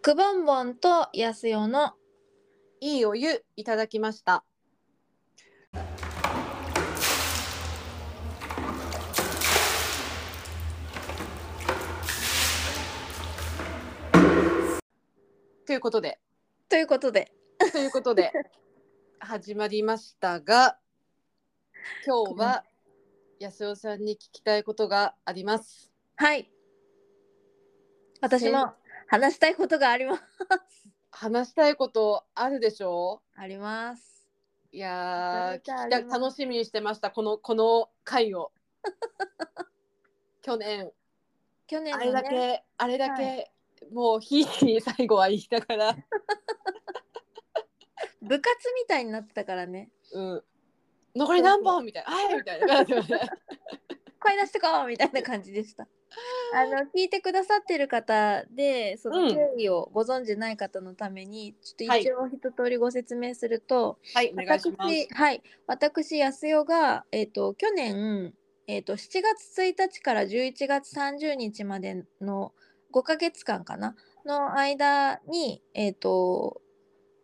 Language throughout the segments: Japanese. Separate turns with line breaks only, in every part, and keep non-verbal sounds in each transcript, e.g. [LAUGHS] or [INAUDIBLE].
くぼんぼんとやすよの
いいお湯いただきました。ということで、
ということで
ということで始まりましたが、今日は安尾さんに聞きたいことがあります。
はい私
せ
も話したいことがあります
話したいことあるでしょう？
あります
い
めちゃ
やー聞
め
き
ちゃあ
た
ります
楽しみにしてましたこのこの回を [LAUGHS] 去年
去年
あ
の、
れ
ね、
だけあれだけ、
は
もうひいきに最後は言いながら
部活みたいになってたからね
うん残り何本みたいな「はい」みたいな
声出してこうみたいな感じで
[LAUGHS]
した。あの聞いてくださってる方でその
うん
経緯をご存じない方のために、ちょ
は
っと
い
一応一通りご説明すると、
はいお
[LAUGHS]
願いします
私はい私安代がえっ、と去年えっ、と7月1日から11月30日までの5ヶ月間かなの間にえっ、と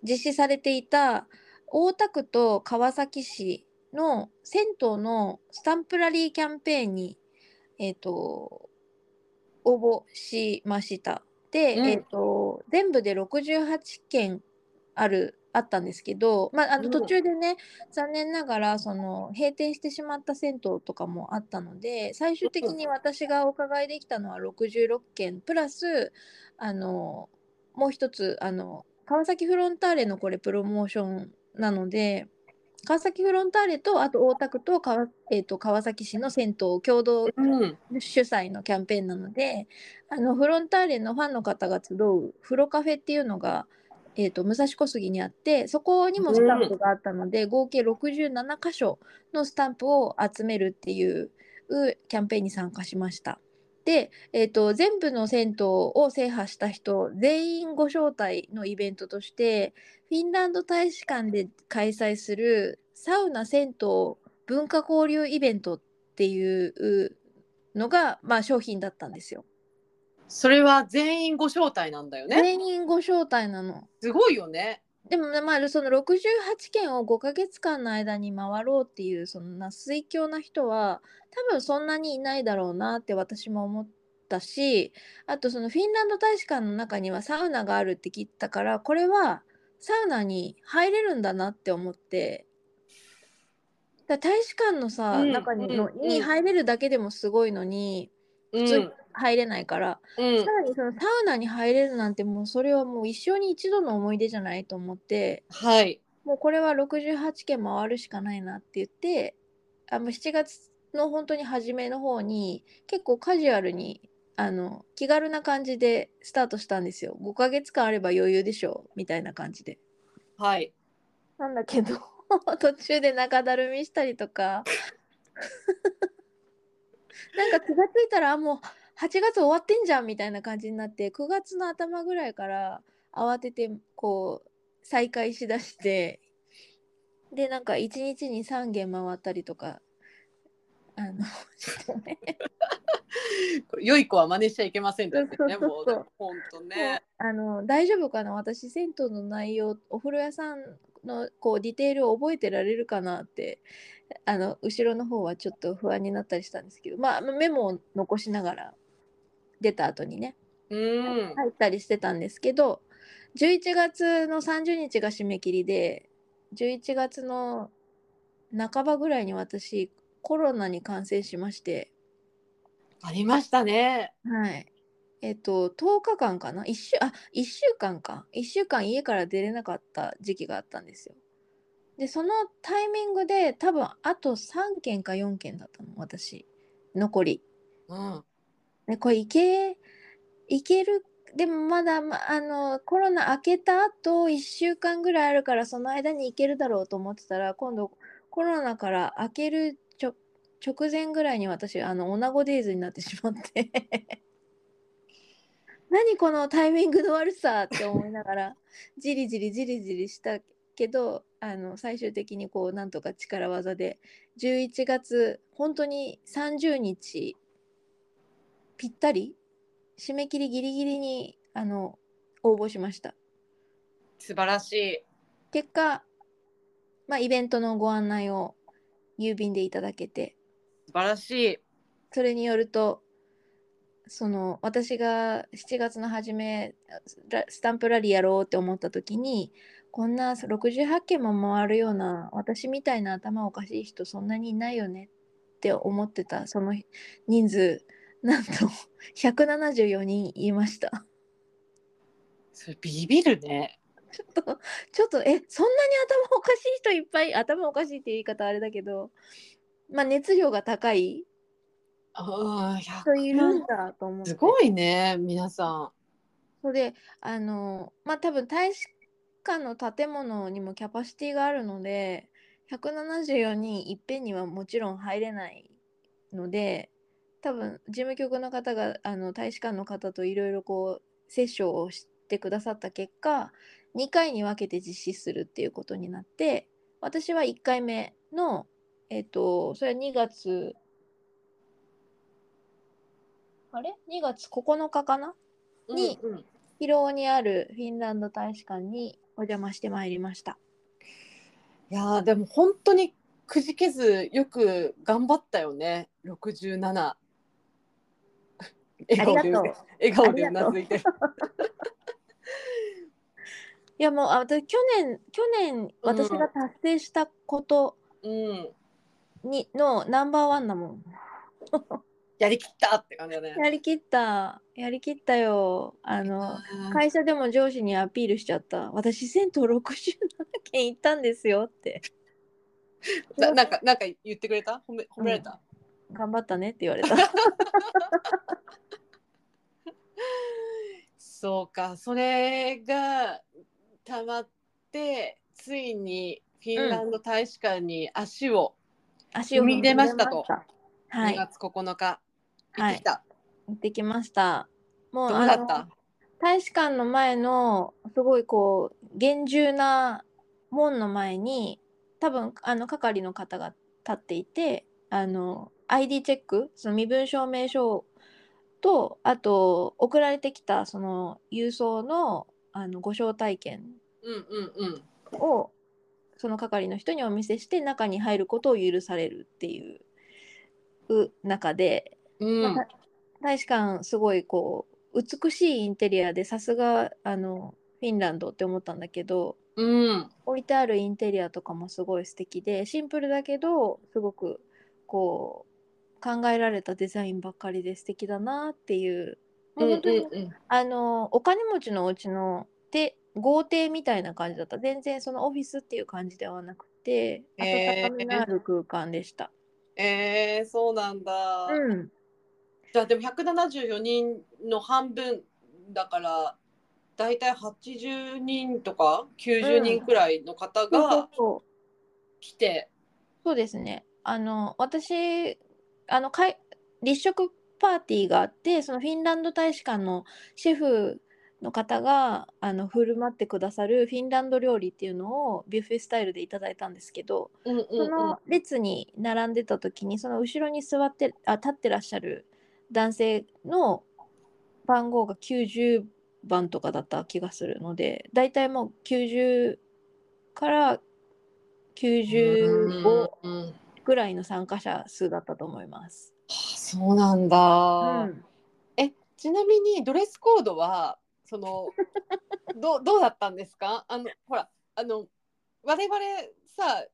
実施されていた大田区と川崎市の銭湯のスタンプラリーキャンペーンに、えっと応募しました。で、
うん
えっと全部で68件あるあったんですけど、まあ、あ
う
の
ん
途中でね、残念ながらその閉店してしまった銭湯とかもあったので最終的に私がお伺いできたのは66件プラスあのもう一つあの川崎フロンターレのこれプロモーションなので川崎フロンターレとあと大田区と川,、えー、と川崎市の銭湯共同
うん
主催のキャンペーンなのであのフロンターレのファンの方が集うフロカフェっていうのが、えー、と武蔵小杉にあってそこにもスタンプがあったので、合計67箇所のスタンプを集めるっていううキャンペーンに参加しました。で、えー、と全部の銭湯を制覇した人全員ご招待のイベントとしてフィンランド大使館で開催するサウナ銭湯文化交流イベントっていうのが、まあ、商品だったんですよ。
それは全員ご招待なんだよね
全員ご招待なの。
すごいよね
でもね、まあ、その68件を5ヶ月間の間に回ろうっていうそんな水狂な人は多分そんなにいないだろうなって私も思ったしあとそのフィンランド大使館の中にはサウナがあるって聞いたからこれはサウナに入れるんだなって思って。だから大使館のさ、
うん
中にの
うん
に
うん
入れるだけでもすごいのに
う
普
ん
通に入れないから、
うん
さらにそのサウナに入れるなんてもうそれはもう一生に一度の思い出じゃないと思って
はい
もうこれは68件回るしかないなって言ってあもう7月の本当に初めの方に結構カジュアルにあの気軽な感じでスタートしたんですよ5ヶ月間あれば余裕でしょうみたいな感じで
はい
なんだけど [LAUGHS] 途中で中だるみしたりとか [LAUGHS] なんか気がついたらあもう8月終わってんじゃんみたいな感じになって9月の頭ぐらいから慌ててこう再開しだしてでなんか1日に3軒回ったりとかあのしてね
これ良い子は真似しちゃいけませんだってね
そうそう
も
そう
う本当ね
あの大丈夫かな私銭湯の内容お風呂屋さんのこうディテールを覚えてられるかなってあの後ろの方はちょっと不安になったりしたんですけどまあメモを残しながら出た後にね
うん
入ったりしてたんですけど11月の30日が締め切りで11月の半ばぐらいに私コロナに感染しまして
ありましたね
はい。えっと、10日間かな ?1 週、あ、1週間か。1週間家から出れなかった時期があったんですよ。で、そのタイミングで多分あと3件か4件だったの、私。残り。
うん
ね、これいけ、いける。でもまだ、ま、あの、コロナ明けた後1週間ぐらいあるから、その間に行けるだろうと思ってたら、今度コロナから明けるちょ直前ぐらいに私、あの、女子デイズになってしまって。 [LAUGHS] 何このタイミングの悪さって思いながら、じりじりじりじりしたけど、あの、最終的にこう、なんとか力技で、11月、本当に30日ぴったり締め切りギリギリにあの応募しました。
素晴らしい。
結果、まあ、イベントのご案内を郵便でいただけて
素晴らしい。
それによるとその私が7月の初めラスタンプラリーやろうって思った時にこんな68件も回るような私みたいな頭おかしい人そんなにいないよねって思ってたその人数なんと174人いました
それビビるね。
ちょっとちょっとえそんなに頭おかしい人いっぱい頭おかしいって言い方あれだけどまあ熱量が高い
ああ、
人いるんだと思って
すごいね、皆さ。
それであのまあ多分大使館の建物にもキャパシティがあるので174人いっぺんにはもちろん入れないので多分事務局の方があの大使館の方といろいろこうセッションをしてくださった結果2回に分けて実施するっていうことになって私は1回目のえっ、とそれは2月あれ ?2 月9日かなんに
うんうん
広尾にあるフィンランド大使館にお邪魔してまいりました。
いやーでも本当にくじけずよく頑張ったよね。六十七。笑
ありがとう
笑顔でうなずいてる。
いやもうあ私去年去年私が達成したこと
[LAUGHS] うん。
に、のナンバーワンだもん。
やりきったって感じだね。
やりきったやりきったよ。あの
あー
会社でも上司にアピールしちゃった。私銭湯67件行ったんですよって。
ななんかなんか言ってくれた？褒め褒められた？
頑張ったねって言われた。
そうか。それがたまってついにフィンランド大使館に足を
足を
踏み出ました
踏み出ま
と
したは
2
い
月9日行
は
って
い
きた。
行ってきました。もう
どうだっ
あの
た？
大使館の前のすごいこう厳重な門の前に多分あの係の方が立っていてあの ID チェックその身分証明書とあと送られてきたその郵送のあのご招待券
うんうんうん。
をその係の人にお見せして中に入ることを許されるっていうう中で
うん、
ま大使館すごいこう美しいインテリアでさすがあのフィンランドって思ったんだけど
うん、
置いてあるインテリアとかもすごい素敵でシンプルだけどすごくこう考えられたデザインばっかりで素敵だなっていうもう本当に、
うん
あのお金持ちのお家ので豪邸みたいな感じだった全然そのオフィスっていう感じではなくて
へ
温
ー
かみのある空間でした。
えー、そうなんだ。
うん、
じゃあでも174人の半分だからだいたい80人とか90人くらいの方
そうそう
が
そう
来て、
そうですね。あの私あの会立食パーティーがあってそのフィンランド大使館のシェフの方があの振る舞ってくださるフィンランド料理っていうのをビュッフェスタイルでいただいたんですけど、
うんうん
その列に並んでた時にその後ろに座ってあ立ってらっしゃる男性の番号が90番とかだった気がするのでだいたいもう90から95。
うんうんうん
ぐらいの参加者数だったと思います。
あそうなんだ、
うん、
えちなみにドレスコードはそ
[LAUGHS]
のどうどうだったんですかあのほらあの我々さ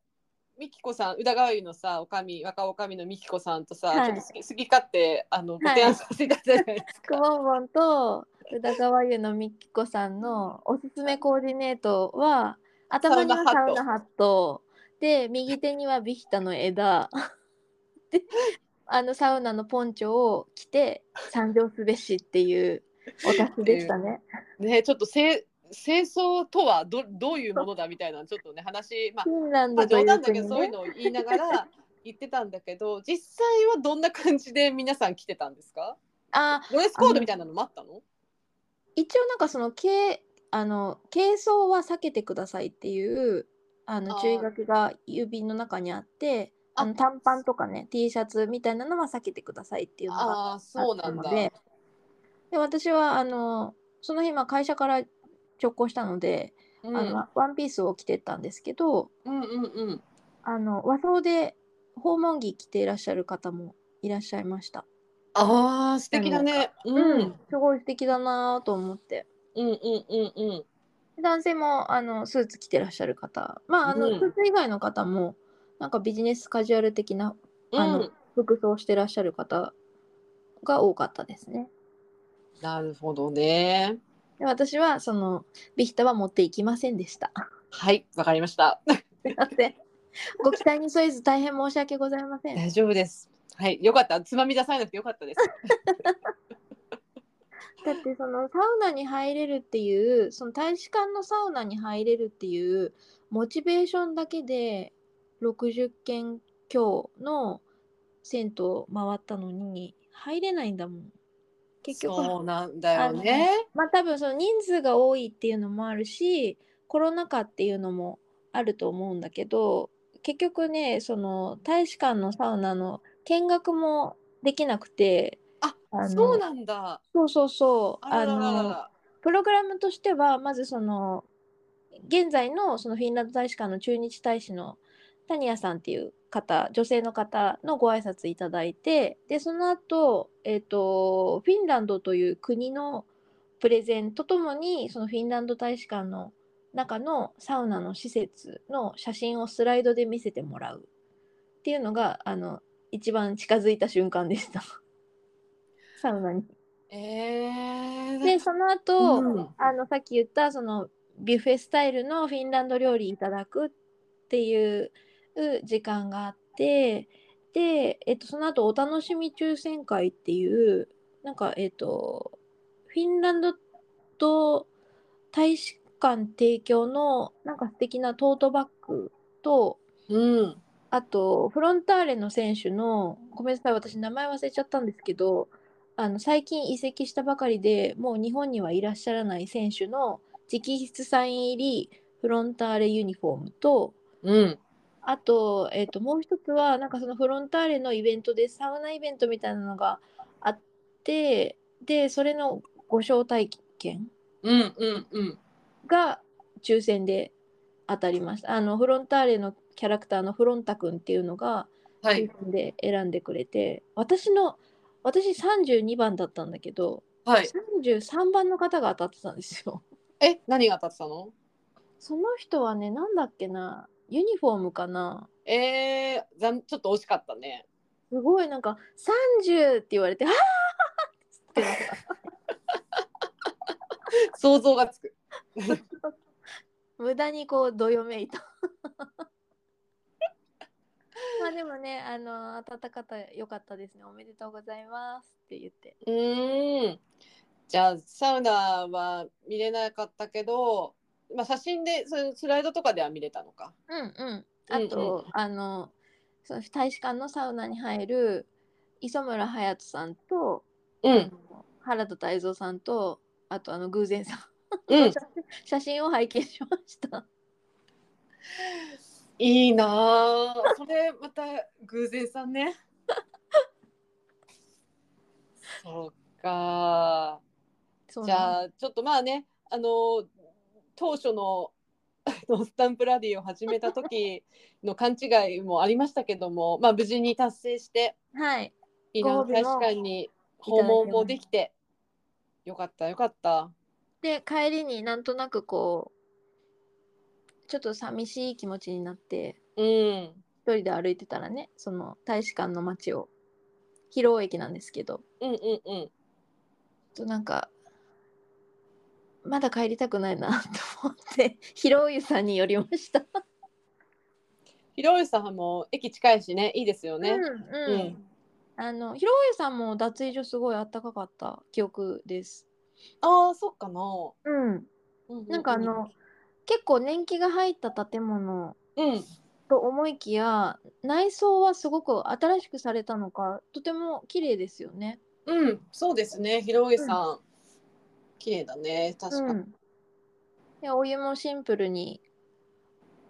みきこさん宇田川湯のさおかみ若おかみのみきこさんとさ、
はい
ちょっと好き好き勝手あのご提案させていただいたじゃないで
[LAUGHS]
す
く
か。
ぼんぼんと宇田川湯のみきこさんのおすすめコーディネートは頭にはサ
サウ
ウ
ナ
ナハットで右手にはビヒタの枝であのサウナのポンチョを着て参上すべしっていうお達しでしたね。
ねちょっとせ清掃とはどどういうものだみたいなちょっとね話まあ
フィンラン
まあ
ドという
冗談だけ
国
どそういう
ね。
のを言いながら [LAUGHS] 言ってたんだけど実際はどんな感じで皆さん来てたんですか
あ
ドレスコードみたいなのもあったの
一応なんかそのけあの軽装は避けてくださいっていうあ
あ
の
ー
注意書きが郵便の中にあって
あ
あの短パンとかね T シャツみたいなのは避けてくださいっていうのがあっ
ああーそうな
た
ん
の
だ。
でで私はあのその日まあ会社から直行したので、
うん、う
あ
ん
のワンピースを着てったんですけど
うんうん
あの和装で訪問着着ていらっしゃる方もいらっしゃいました。
あー素敵だねうんうん
すごい素敵だなと思って。
うんうんうん
男性もあのスーツ着てらっしゃる方、まああの
うん
スーツ以外の方もなんかビジネスカジュアル的な
うん
あの服装してらっしゃる方が多かったですね。
なるほどね
で私はそのビヒタは持っていきませんでした。
はいわかりました
すいません。ご期待に添えず大変申し訳ございません。
[LAUGHS] 大丈夫ですはいよかったつまみ出されなくてよかったです [LAUGHS]
だってそのサウナに入れるっていうその大使館のサウナに入れるっていうモチベーションだけで60軒強の銭湯回ったのに入れないんだもん結局は
そうなんだよね
まあ多分その人数が多いっていうのもあるしコロナ禍っていうのもあると思うんだけど結局ねその大使館のサウナの見学もできなくての
あそうなんだ
そうそうそう
あららら
あの
ら
プログラムとしてはまずその現在のそのフィンランド大使館の駐日大使の谷谷さんっていう方女性の方のご挨拶いただいてでその後、えっとフィンランドという国のプレゼンとともにそのフィンランド大使館の中のサウナの施設の写真をスライドで見せてもらうっていうのがあの一番近づいた瞬間でしたサウナに。
えー、
でその後、
うん
あのさっき言ったそのビュッフェスタイルのフィンランド料理いただくっていう時間があってで、えっと、その後お楽しみ抽選会っていうなんかえっとフィンランドと大使館提供のなんか素敵なトートバッグと
うん
あとフロンターレの選手のごめんなさい私名前忘れちゃったんですけどあの最近移籍したばかりでもう日本にはいらっしゃらない選手の直筆サイン入りフロンターレユニフォームと
うん
あと,、えっともう一つはなんかそのフロンターレのイベントでサウナイベントみたいなのがあってでそれのご招待券
うんうんうん
が抽選で当たりましたあのフロンターレのキャラクターのフロンタ君っていうのが
はい
で選んでくれて私の私32番だったんだけど、
はい
33番の方が当たってたんですよ [LAUGHS]
え何が当たってたの
その人はねなんだっけなユニフォームかな
えー、ざんちょっと惜しかったね
すごいなんか30って言われて「あー [LAUGHS] ってなった
想像がつく
無駄にこうどよめいた
[LAUGHS]
まあでもねあの当たった方良かったですねおめでとうございますって言って
うーんじゃあサウナは見れなかったけど、まあ、写真でそういうスライドとかでは見れたのか。
うんうん。あ
うんう
と、あの、その大使館のサウナに入る磯村勇斗さんと、
う
あ、の原田泰造さんと、あとあの偶然さん、
うん、
[LAUGHS] 写真を拝見しました。
いいなあそれまた偶然さんね。 [LAUGHS] そうか
そう
じ
なん
ゃあちょっとまあねあの当初の [LAUGHS] あのスタンプラリーを始めた時の勘違いもありましたけども、まあ、無事に達成して
はい。
いいな
ご褒美
大
も
使館に訪問もできてよかったよかった
で、帰りになんとなくこう、ちょっと寂しい気持ちになって、
うん
一人で歩いてたらね、その大使館の街を、広尾駅なんですけど、
うんうんうん
となんかまだ帰りたくないなと思って [LAUGHS] ひろゆさんに寄りました。
広吉さんも駅近いしねいいですよね、
うんうん
うん
あのひろゆさんも脱衣所すごいあったかかった記憶です。
ああそっかな、
うん、
うう
なんかあの結構年季が入った建物
うん
と思いきや内装はすごく新しくされたのかとても綺麗ですよね。
うんそうですね広吉さん、綺麗だね確か
う
に、
ん、でお湯もシンプルに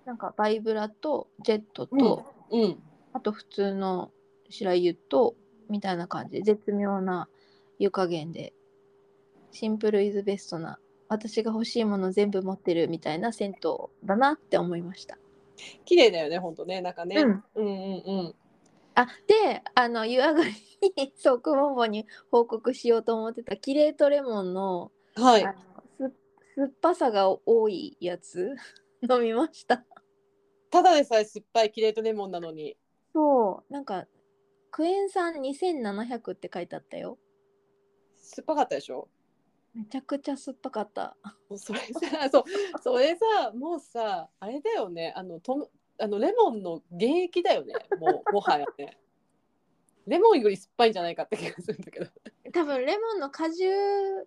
なんかバイブラとジェットと、
うんうん
あと普通の白湯とみたいな感じで絶妙な湯加減でシンプルイズベストな私が欲しいもの全部持ってるみたいな銭湯だなって思いました。
綺麗だよね、本当ね、なんかね。
うん
うんうん
あであの湯上がりにそうくもんぼに報告しようと思ってたキレートレモンの,、
うん。はい
あ。のす酸っぱさが多いやつ [LAUGHS] 飲みました
ただでさえ酸っぱいキレートレモンなのに。
そうなんかクエン酸2700って書いてあったよ
酸っぱかったでしょ
めちゃくちゃ酸っぱかった
それさ、そう、それさ、もうさ、あれだよね、あの、とあのレモンの原液だよね、もう、も [LAUGHS] はやね。レモンより酸っぱいんじゃないかって気がするんだけど。
多分レモンの果汁よ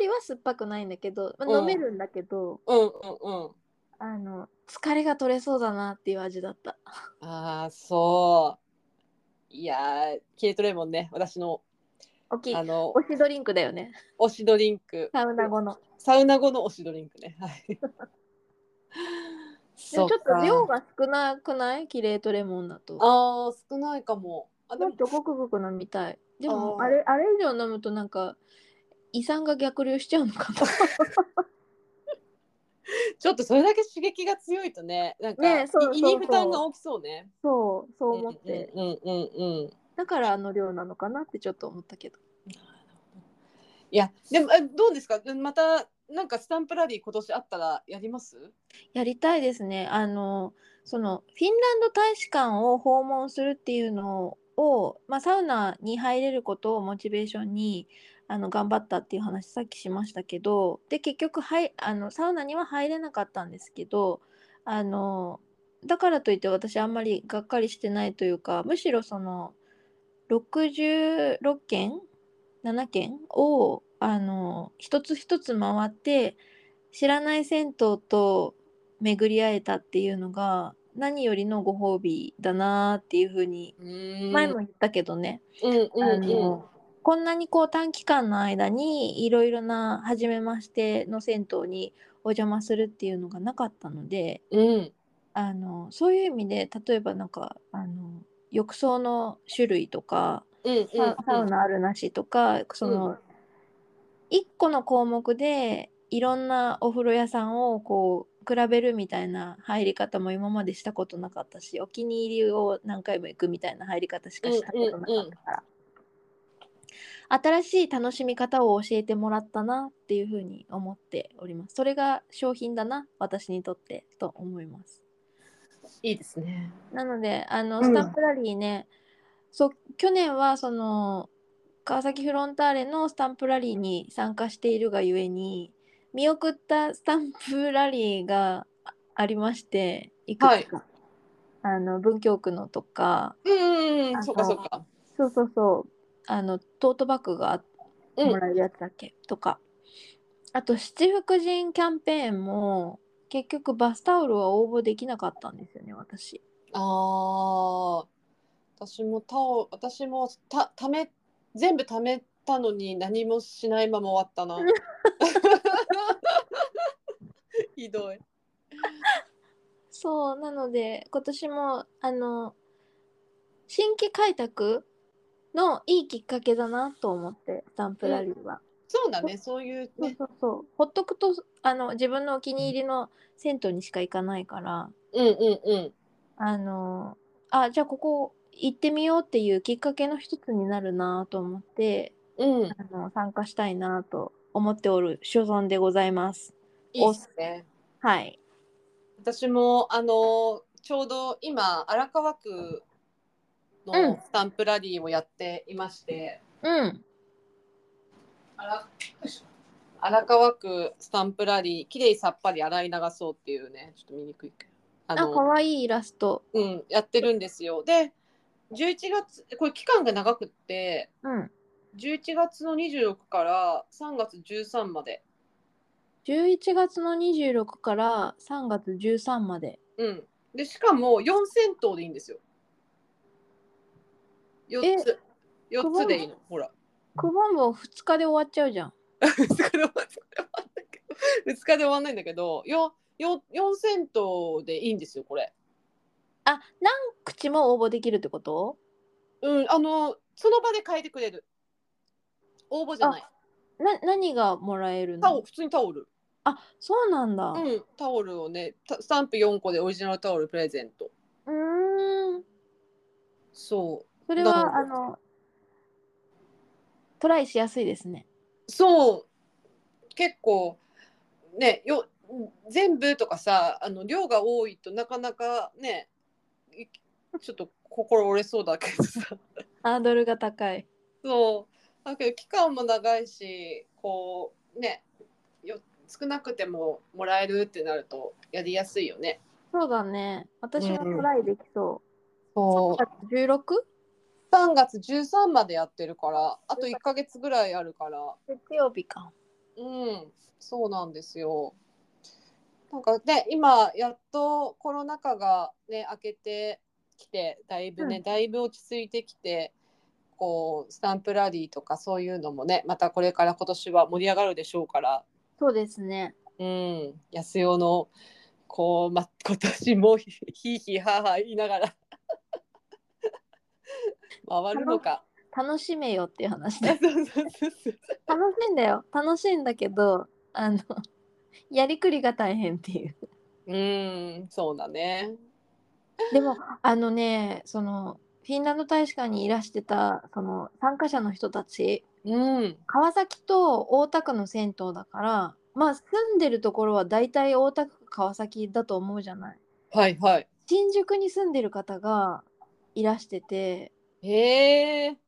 りは酸っぱくないんだけど、まあ
うん
飲めるんだけど、
うんうんうん。
あの疲れが取れそうだなっていう味だった
ああ、そう。いやー、キレートレモンね、私の、
大きい
あの、
推しドリンクだよね
推しドリンク。
サウナ後の
サウナ後の推しドリンクね。はい。
でもちょっ
そ
と
か
量が少なくないキレートレモンだと。
あー少ないかも。あで
も
も
っとごくごく飲みたい。でも
あー
あれあれ以上飲むとなんか胃酸が逆流しちゃうのか
ちょっとそれだけ刺激が強いとね、なんか、
ねそう
い胃
そう
に
そう
負担が大き [LAUGHS] そうね。
な。そうそう思って、
うんうんうんうん。
だからあの量なのかなってちょっと思ったけど。
いや、でも、えどうですか、また、なんかスタンプラリー今年あったら、やります。
やりたいですね。あのそのフィンランド大使館を訪問するっていうのを、まあ、サウナに入れることをモチベーションにあの頑張ったっていう話さっきしましたけどで結局はいあのサウナには入れなかったんですけどあのだからといって私あんまりがっかりしてないというかむしろその66件7件をあの一つ一つ回って知らない銭湯と巡り会えたっていうのが何よりのご褒美だなっていうふうに前
前
も。言ったけどね、
うんうん
あ
うん
の。こんなにこう短期間の間にいろいろな初めましての銭湯にお邪魔するっていうのがなかったので
うん。
あのそういう意味で例えばなんかあの浴槽の種類とか
うんうん。
ササウ。ナあるなしとかその1個の項目でいろんなお風呂屋さんをこう比べるみたいな入り方も今までしたことなかったしお気に入りを何回も行くみたいな入り方しかしたことなかったから、新しい楽しみ方を教えてもらったなっていうふうに思っておりますそれが商品だな私にとってと思います
いいですね。
なのであ
う
の
ん
スタンプラリーね、そう去年はその川崎フロンターレのスタンプラリーに参加しているがゆえに見送ったスタンプラリーがあありましていくつか、あの文京区のとか
うん
あ
うんうん。
の
そうかそうか。
そうそうそうあのトートバッグがあ
うん
もらえるやつだっけ、とかあと七福神キャンペーンも結局バスタオルは応募できなかったんですよね私。
ああ。私もタオ、私もた、ため、全部ためたのに、何もしないまま終わったな。 [LAUGHS] ひどい。
そうなので今年もあの新規開拓のいいきっかけだなと思ってスタンプラリーは、
そうだね、そういう
そう
ね。
そうそうほっとくとあの自分のお気に入りの銭湯にしか行かないから
うんうんうん。
あのあじゃあここ行ってみようっていうきっかけの一つになるなと思って
うん、
あの参加したいなと思っておる所存でございます
いいっすね。
はい
私もあのちょうど今荒川区
う
の
ん
スタンプラリーをやっていまして、
うん
荒荒川区スタンプラリーきれいさっぱり洗い流そうっていうねちょっと見にくいけどあ
あ
の
可愛いイラスト
うん、やってるんですよ。で11月これ期間が長くって
うん
11月の26から3月13まで、
11月の26から3月13まで。
うん、でしかも4銭湯でいいんですよ。4つ4つでいいのほら。
クボンボ2日で終わっちゃうじゃん。
2日で終わんない2日で終わんないんだけどよよ4銭湯でいいんですよこれ。
あ、何口も応募できるってこと
うんあのその場で変えてくれる応募じゃない
な何がもらえる
タオ
の
普通にタオル
あそうなんだ。
うん、タオルをね、たスタンプ4個でオリジナルタオルプレゼント。
うーん
そ
それ
どう
はあのトライしやすいですね。
う。そう。結構、ね、よ全部とかさ、あの量が多いとなかなかね、いちょっと心折れそうだけどさ。
ハードルが高い。
そう。だけど期間も長いし、こう、ね、よ少なくてももらえるってなるとやりやすいよね。
そうだね。私もト
うん
ライできそ
そう
う。16?
3月13までやってるからあと1ヶ月ぐらいあるから
月曜日か。
うんそうなんですよなんかね今やっとコロナ禍がね明けてきてだいぶね、
うん
だいぶ落ち着いてきてこうスタンプラリーとかそういうのもねまたこれから今年は盛り上がるでしょうから
そうですね。
うん安代のこう、ま、今年も [LAUGHS] ひひいひいはーはー言いながら [LAUGHS] 回るのか。
楽しめよっていう話
[LAUGHS] そう
で
そうそうそう
楽しいんだよ。楽しいんだけど、あの、 [LAUGHS] やりくりが大変っていう。
うーん、そうだね。
でも、あのね、その、フィンランド大使館にいらしてた、その、参加者の人たち、
うん、
川崎と大田区の銭湯だから、まあ、住んでるところは大体大田区か川崎だと思うじゃない。
はいはい。
新宿に住んでる方がいらしてて、
へえ。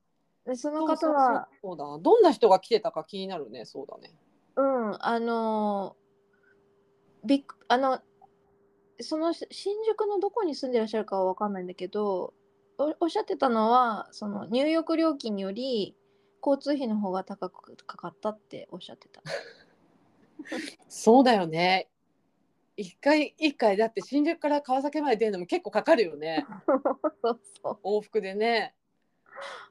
でその
そう
方
そう
は、
そうだな。どんな人が来てたか気になるね。そうだね。
うん、あのービッグあのそのし新宿のどこに住んでらっしゃるかは分かんないんだけどおおっしゃってたのはその入浴料金より交通費の方が高くかかったっておっしゃって
[LAUGHS]
た。
そうだよね。一回一回だって新宿から川崎まで出るのも結構かかるよね。
そうそ
往復でね。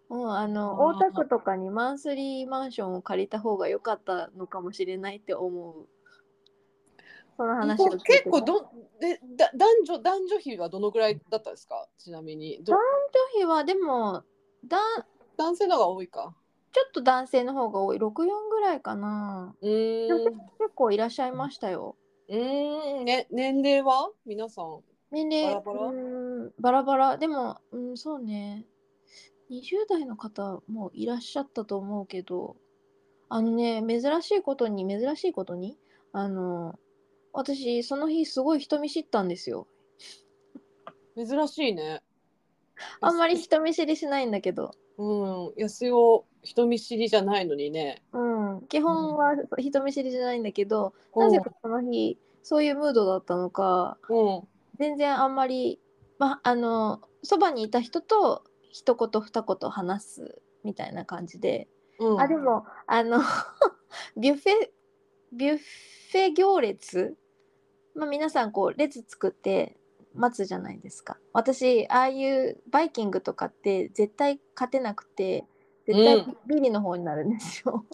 う。もうあの
あ
大
ー
田区とかにマンスリーマンションを借りた方が良かったのかもしれないって思う。その話を聞いて
結構
た
どでだ男女男女比はどのぐらいだったんですか。ちなみにど
女比はでもだん
男性の方が多いか。
ちょっと男性の方が多い64ぐらいかな。
うーん。
結構いらっしゃいましたよ。
うーんね年齢は皆さん。
年齢
バラバラ
うーんバラバラでも、うん、そうね20代の方もいらっしゃったと思うけどあのね珍しいことに珍しいことにあの私その日すごい人見知ったんですよ
珍しいね。
あんまり人見知りしないんだけど、
うん、安代人見知りじゃないのにね。
うん、基本は人見知りじゃないんだけど、
う
なんぜかその日そういうムードだったのか
うん、
全然あんまり、まあ、あのそばにいた人と一言二言話すみたいな感じで、
うん、
あでもあの [LAUGHS] ビュッフェビュッフェ行列、まあ、皆さんこう列作って待つじゃないですか私ああいうバイキングとかって絶対勝てなくて絶
う
対
ん
ビリの方になるんですよ、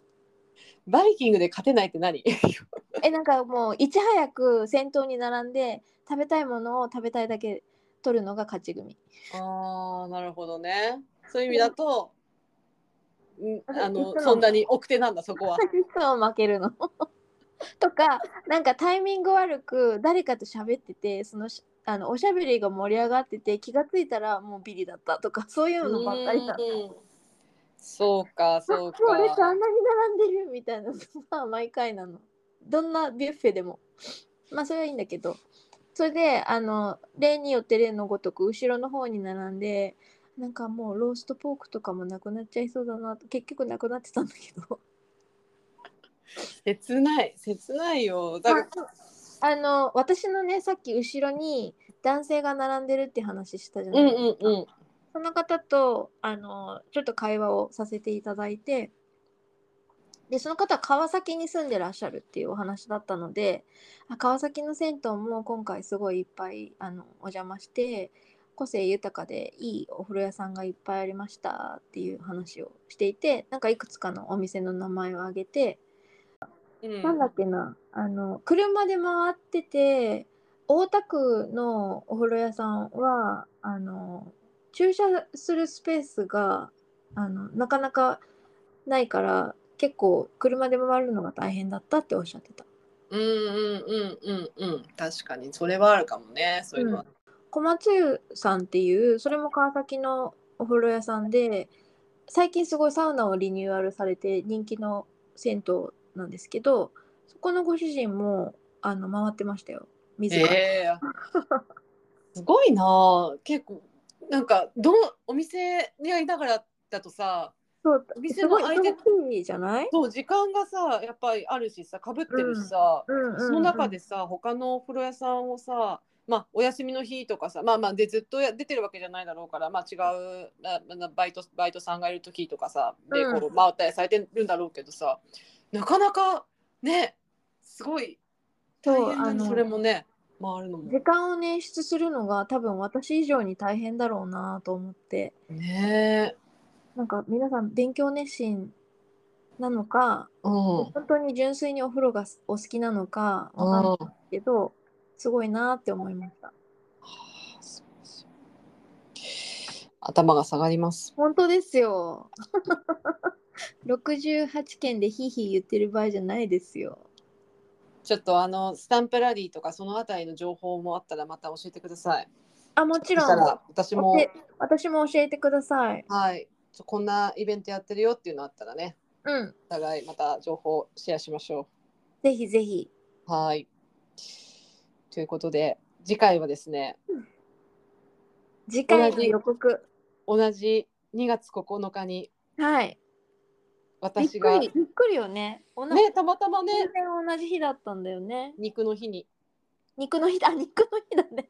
[LAUGHS]
バイキングで勝てないって何
えなんかもういち早く先頭に並んで食べたいものを食べたいだけ取るのが勝ち組
ああなるほどねそういう意味だと、うん、あ
いつ
の
も
そんなに奥手なんだそこは
いつも負けるの。 [LAUGHS] とかなんかタイミング悪く誰かと喋っててそのしあのおしゃべりが盛り上がってて気がついたらもうビリだったとかそういうのばっかりだった。
うんそうかそうか
もう列あんなに並んでるみたいなのが毎回なの。どんなビュッフェでも。まあそれはいいんだけど。それであの例によって例のごとく後ろの方に並んでなんかもうローストポークとかもなくなっちゃいそうだなと結局なくなってたんだけど。
切ない切ないよだから
あの私のねさっき後ろに男性が並んでるって話したじゃ
う
ない、
んうんうん
その方とあのちょっと会話をさせていただいてでその方は川崎に住んでらっしゃるっていうお話だったのであ川崎の銭湯も今回すごいいっぱいあのお邪魔して個性豊かでいいお風呂屋さんがいっぱいありましたっていう話をしていてなんかいくつかのお店の名前を挙げて
うん
なんだっけなあの車で回ってて大田区のお風呂屋さんはあの駐車するスペースがあのなかなかないから結構車で回るのが大変だったっておっしゃってた。
うんうんうんうんうん確かにそれはあるかもねそういうのは、
小松湯さんっていうそれも川崎のお風呂屋さんで最近すごいサウナをリニューアルされて人気の銭湯なんですけどそこのご主人もあの回ってましたよ水が、
えー [LAUGHS] すごいなあ結構なんかどのお店にありながらだとさ
そう
お店
す
の
ごい
相手
忙しいじゃない、
そう時間がさやっぱりあるしさかぶってるしさ、
うんうんうん
その中でさ他のお風呂屋さんをさまあお休みの日とかさまあまあでずっとや出てるわけじゃないだろうからまあ違うななバイトバイトさんがいる時とかさで
うん
こう回ったりされてるんだろうけどさ、なかなかねすごい大
そう
変だ
あ
ね
の
それもね回るのも
時間を捻出するのが多分私以上に大変だろうなと思って
ねえ
なんか皆さん勉強熱心なのか
うん
本当に純粋にお風呂がお好きなのかわかんない
あ
けどすごいなって思いました
頭が下がります
本当ですよ68件でヒーヒー言ってる場合じゃないですよ
ちょっとあのスタンプラリーとかそのあたりの情報もあったらまた教えてください。
あもち
そ
ろ
した
ん
ら私
お
も
て私も教えてください
はいちょこんなイベントやってるよっていうのあったらね
うん
お互いまた情報をシェアしましょ
ぜひぜひ
う。はいということで次回はですね
次回の予告
同じ2月9日に
はいびっ
私
く
が
り
ね
びっくりよね同じ
たまたまね
全然同じ日だったんだよね。
肉の日に
肉の日だ、 [LAUGHS] 肉の日だね。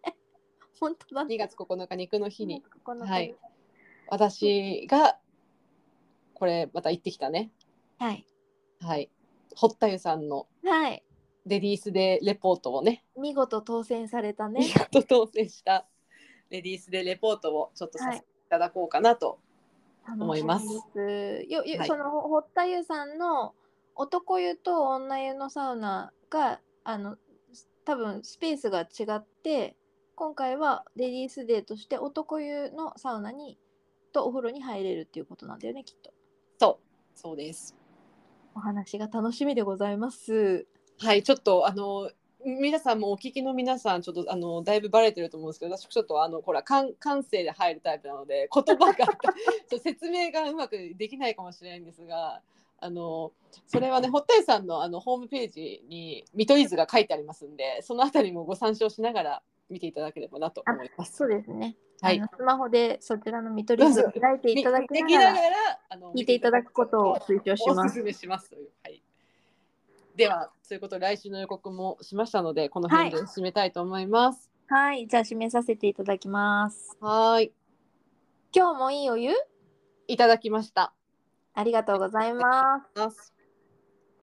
本当だ、ね。
2月9日肉の日に
この子。
はい私がこれまた行ってきたね
はい。
はい堀田湯さんの
はい。
レディースでレポートをね
見事当選されたね
[LAUGHS] 見。事当選したレディースでレポートをちょっとさせていただこうかなと、思います
楽しみです。よ、よ、
はい
その堀田優さんの男湯と女湯のサウナが、あの。多分スペースが違って。今回はレディースデーとして男湯のサウナに。とお風呂に入れるっていうことなんだよね、きっと。
そうそうです
お話が楽しみでございます。
はいちょっとあの皆さんもお聞きの皆さんちょっとあのだいぶバレてると思うんですけど私ちょっとあのほら感感性で入るタイプなので言葉がち
[LAUGHS]
ょっと説明がうまくできないかもしれないんですがあのそれはね堀田井さんのあのホームページに見取り図が書いてありますんでそのあたりもご参照しながら見ていただければなと思います。
そうですね。
はい
あのスマホでそちらの見取り図を開いていただき
で
な
き
が
な
ら
がらあの
聞いていただくことを推奨しま
おす
す。
すめしますというはい。では、そういうことで来週の予告もしましたので、この辺で締めたいと思います。
はい、じゃあ締めさせていただきます。
はーい、
今日もいいお湯
いただきました。
ありがとうございます。
ます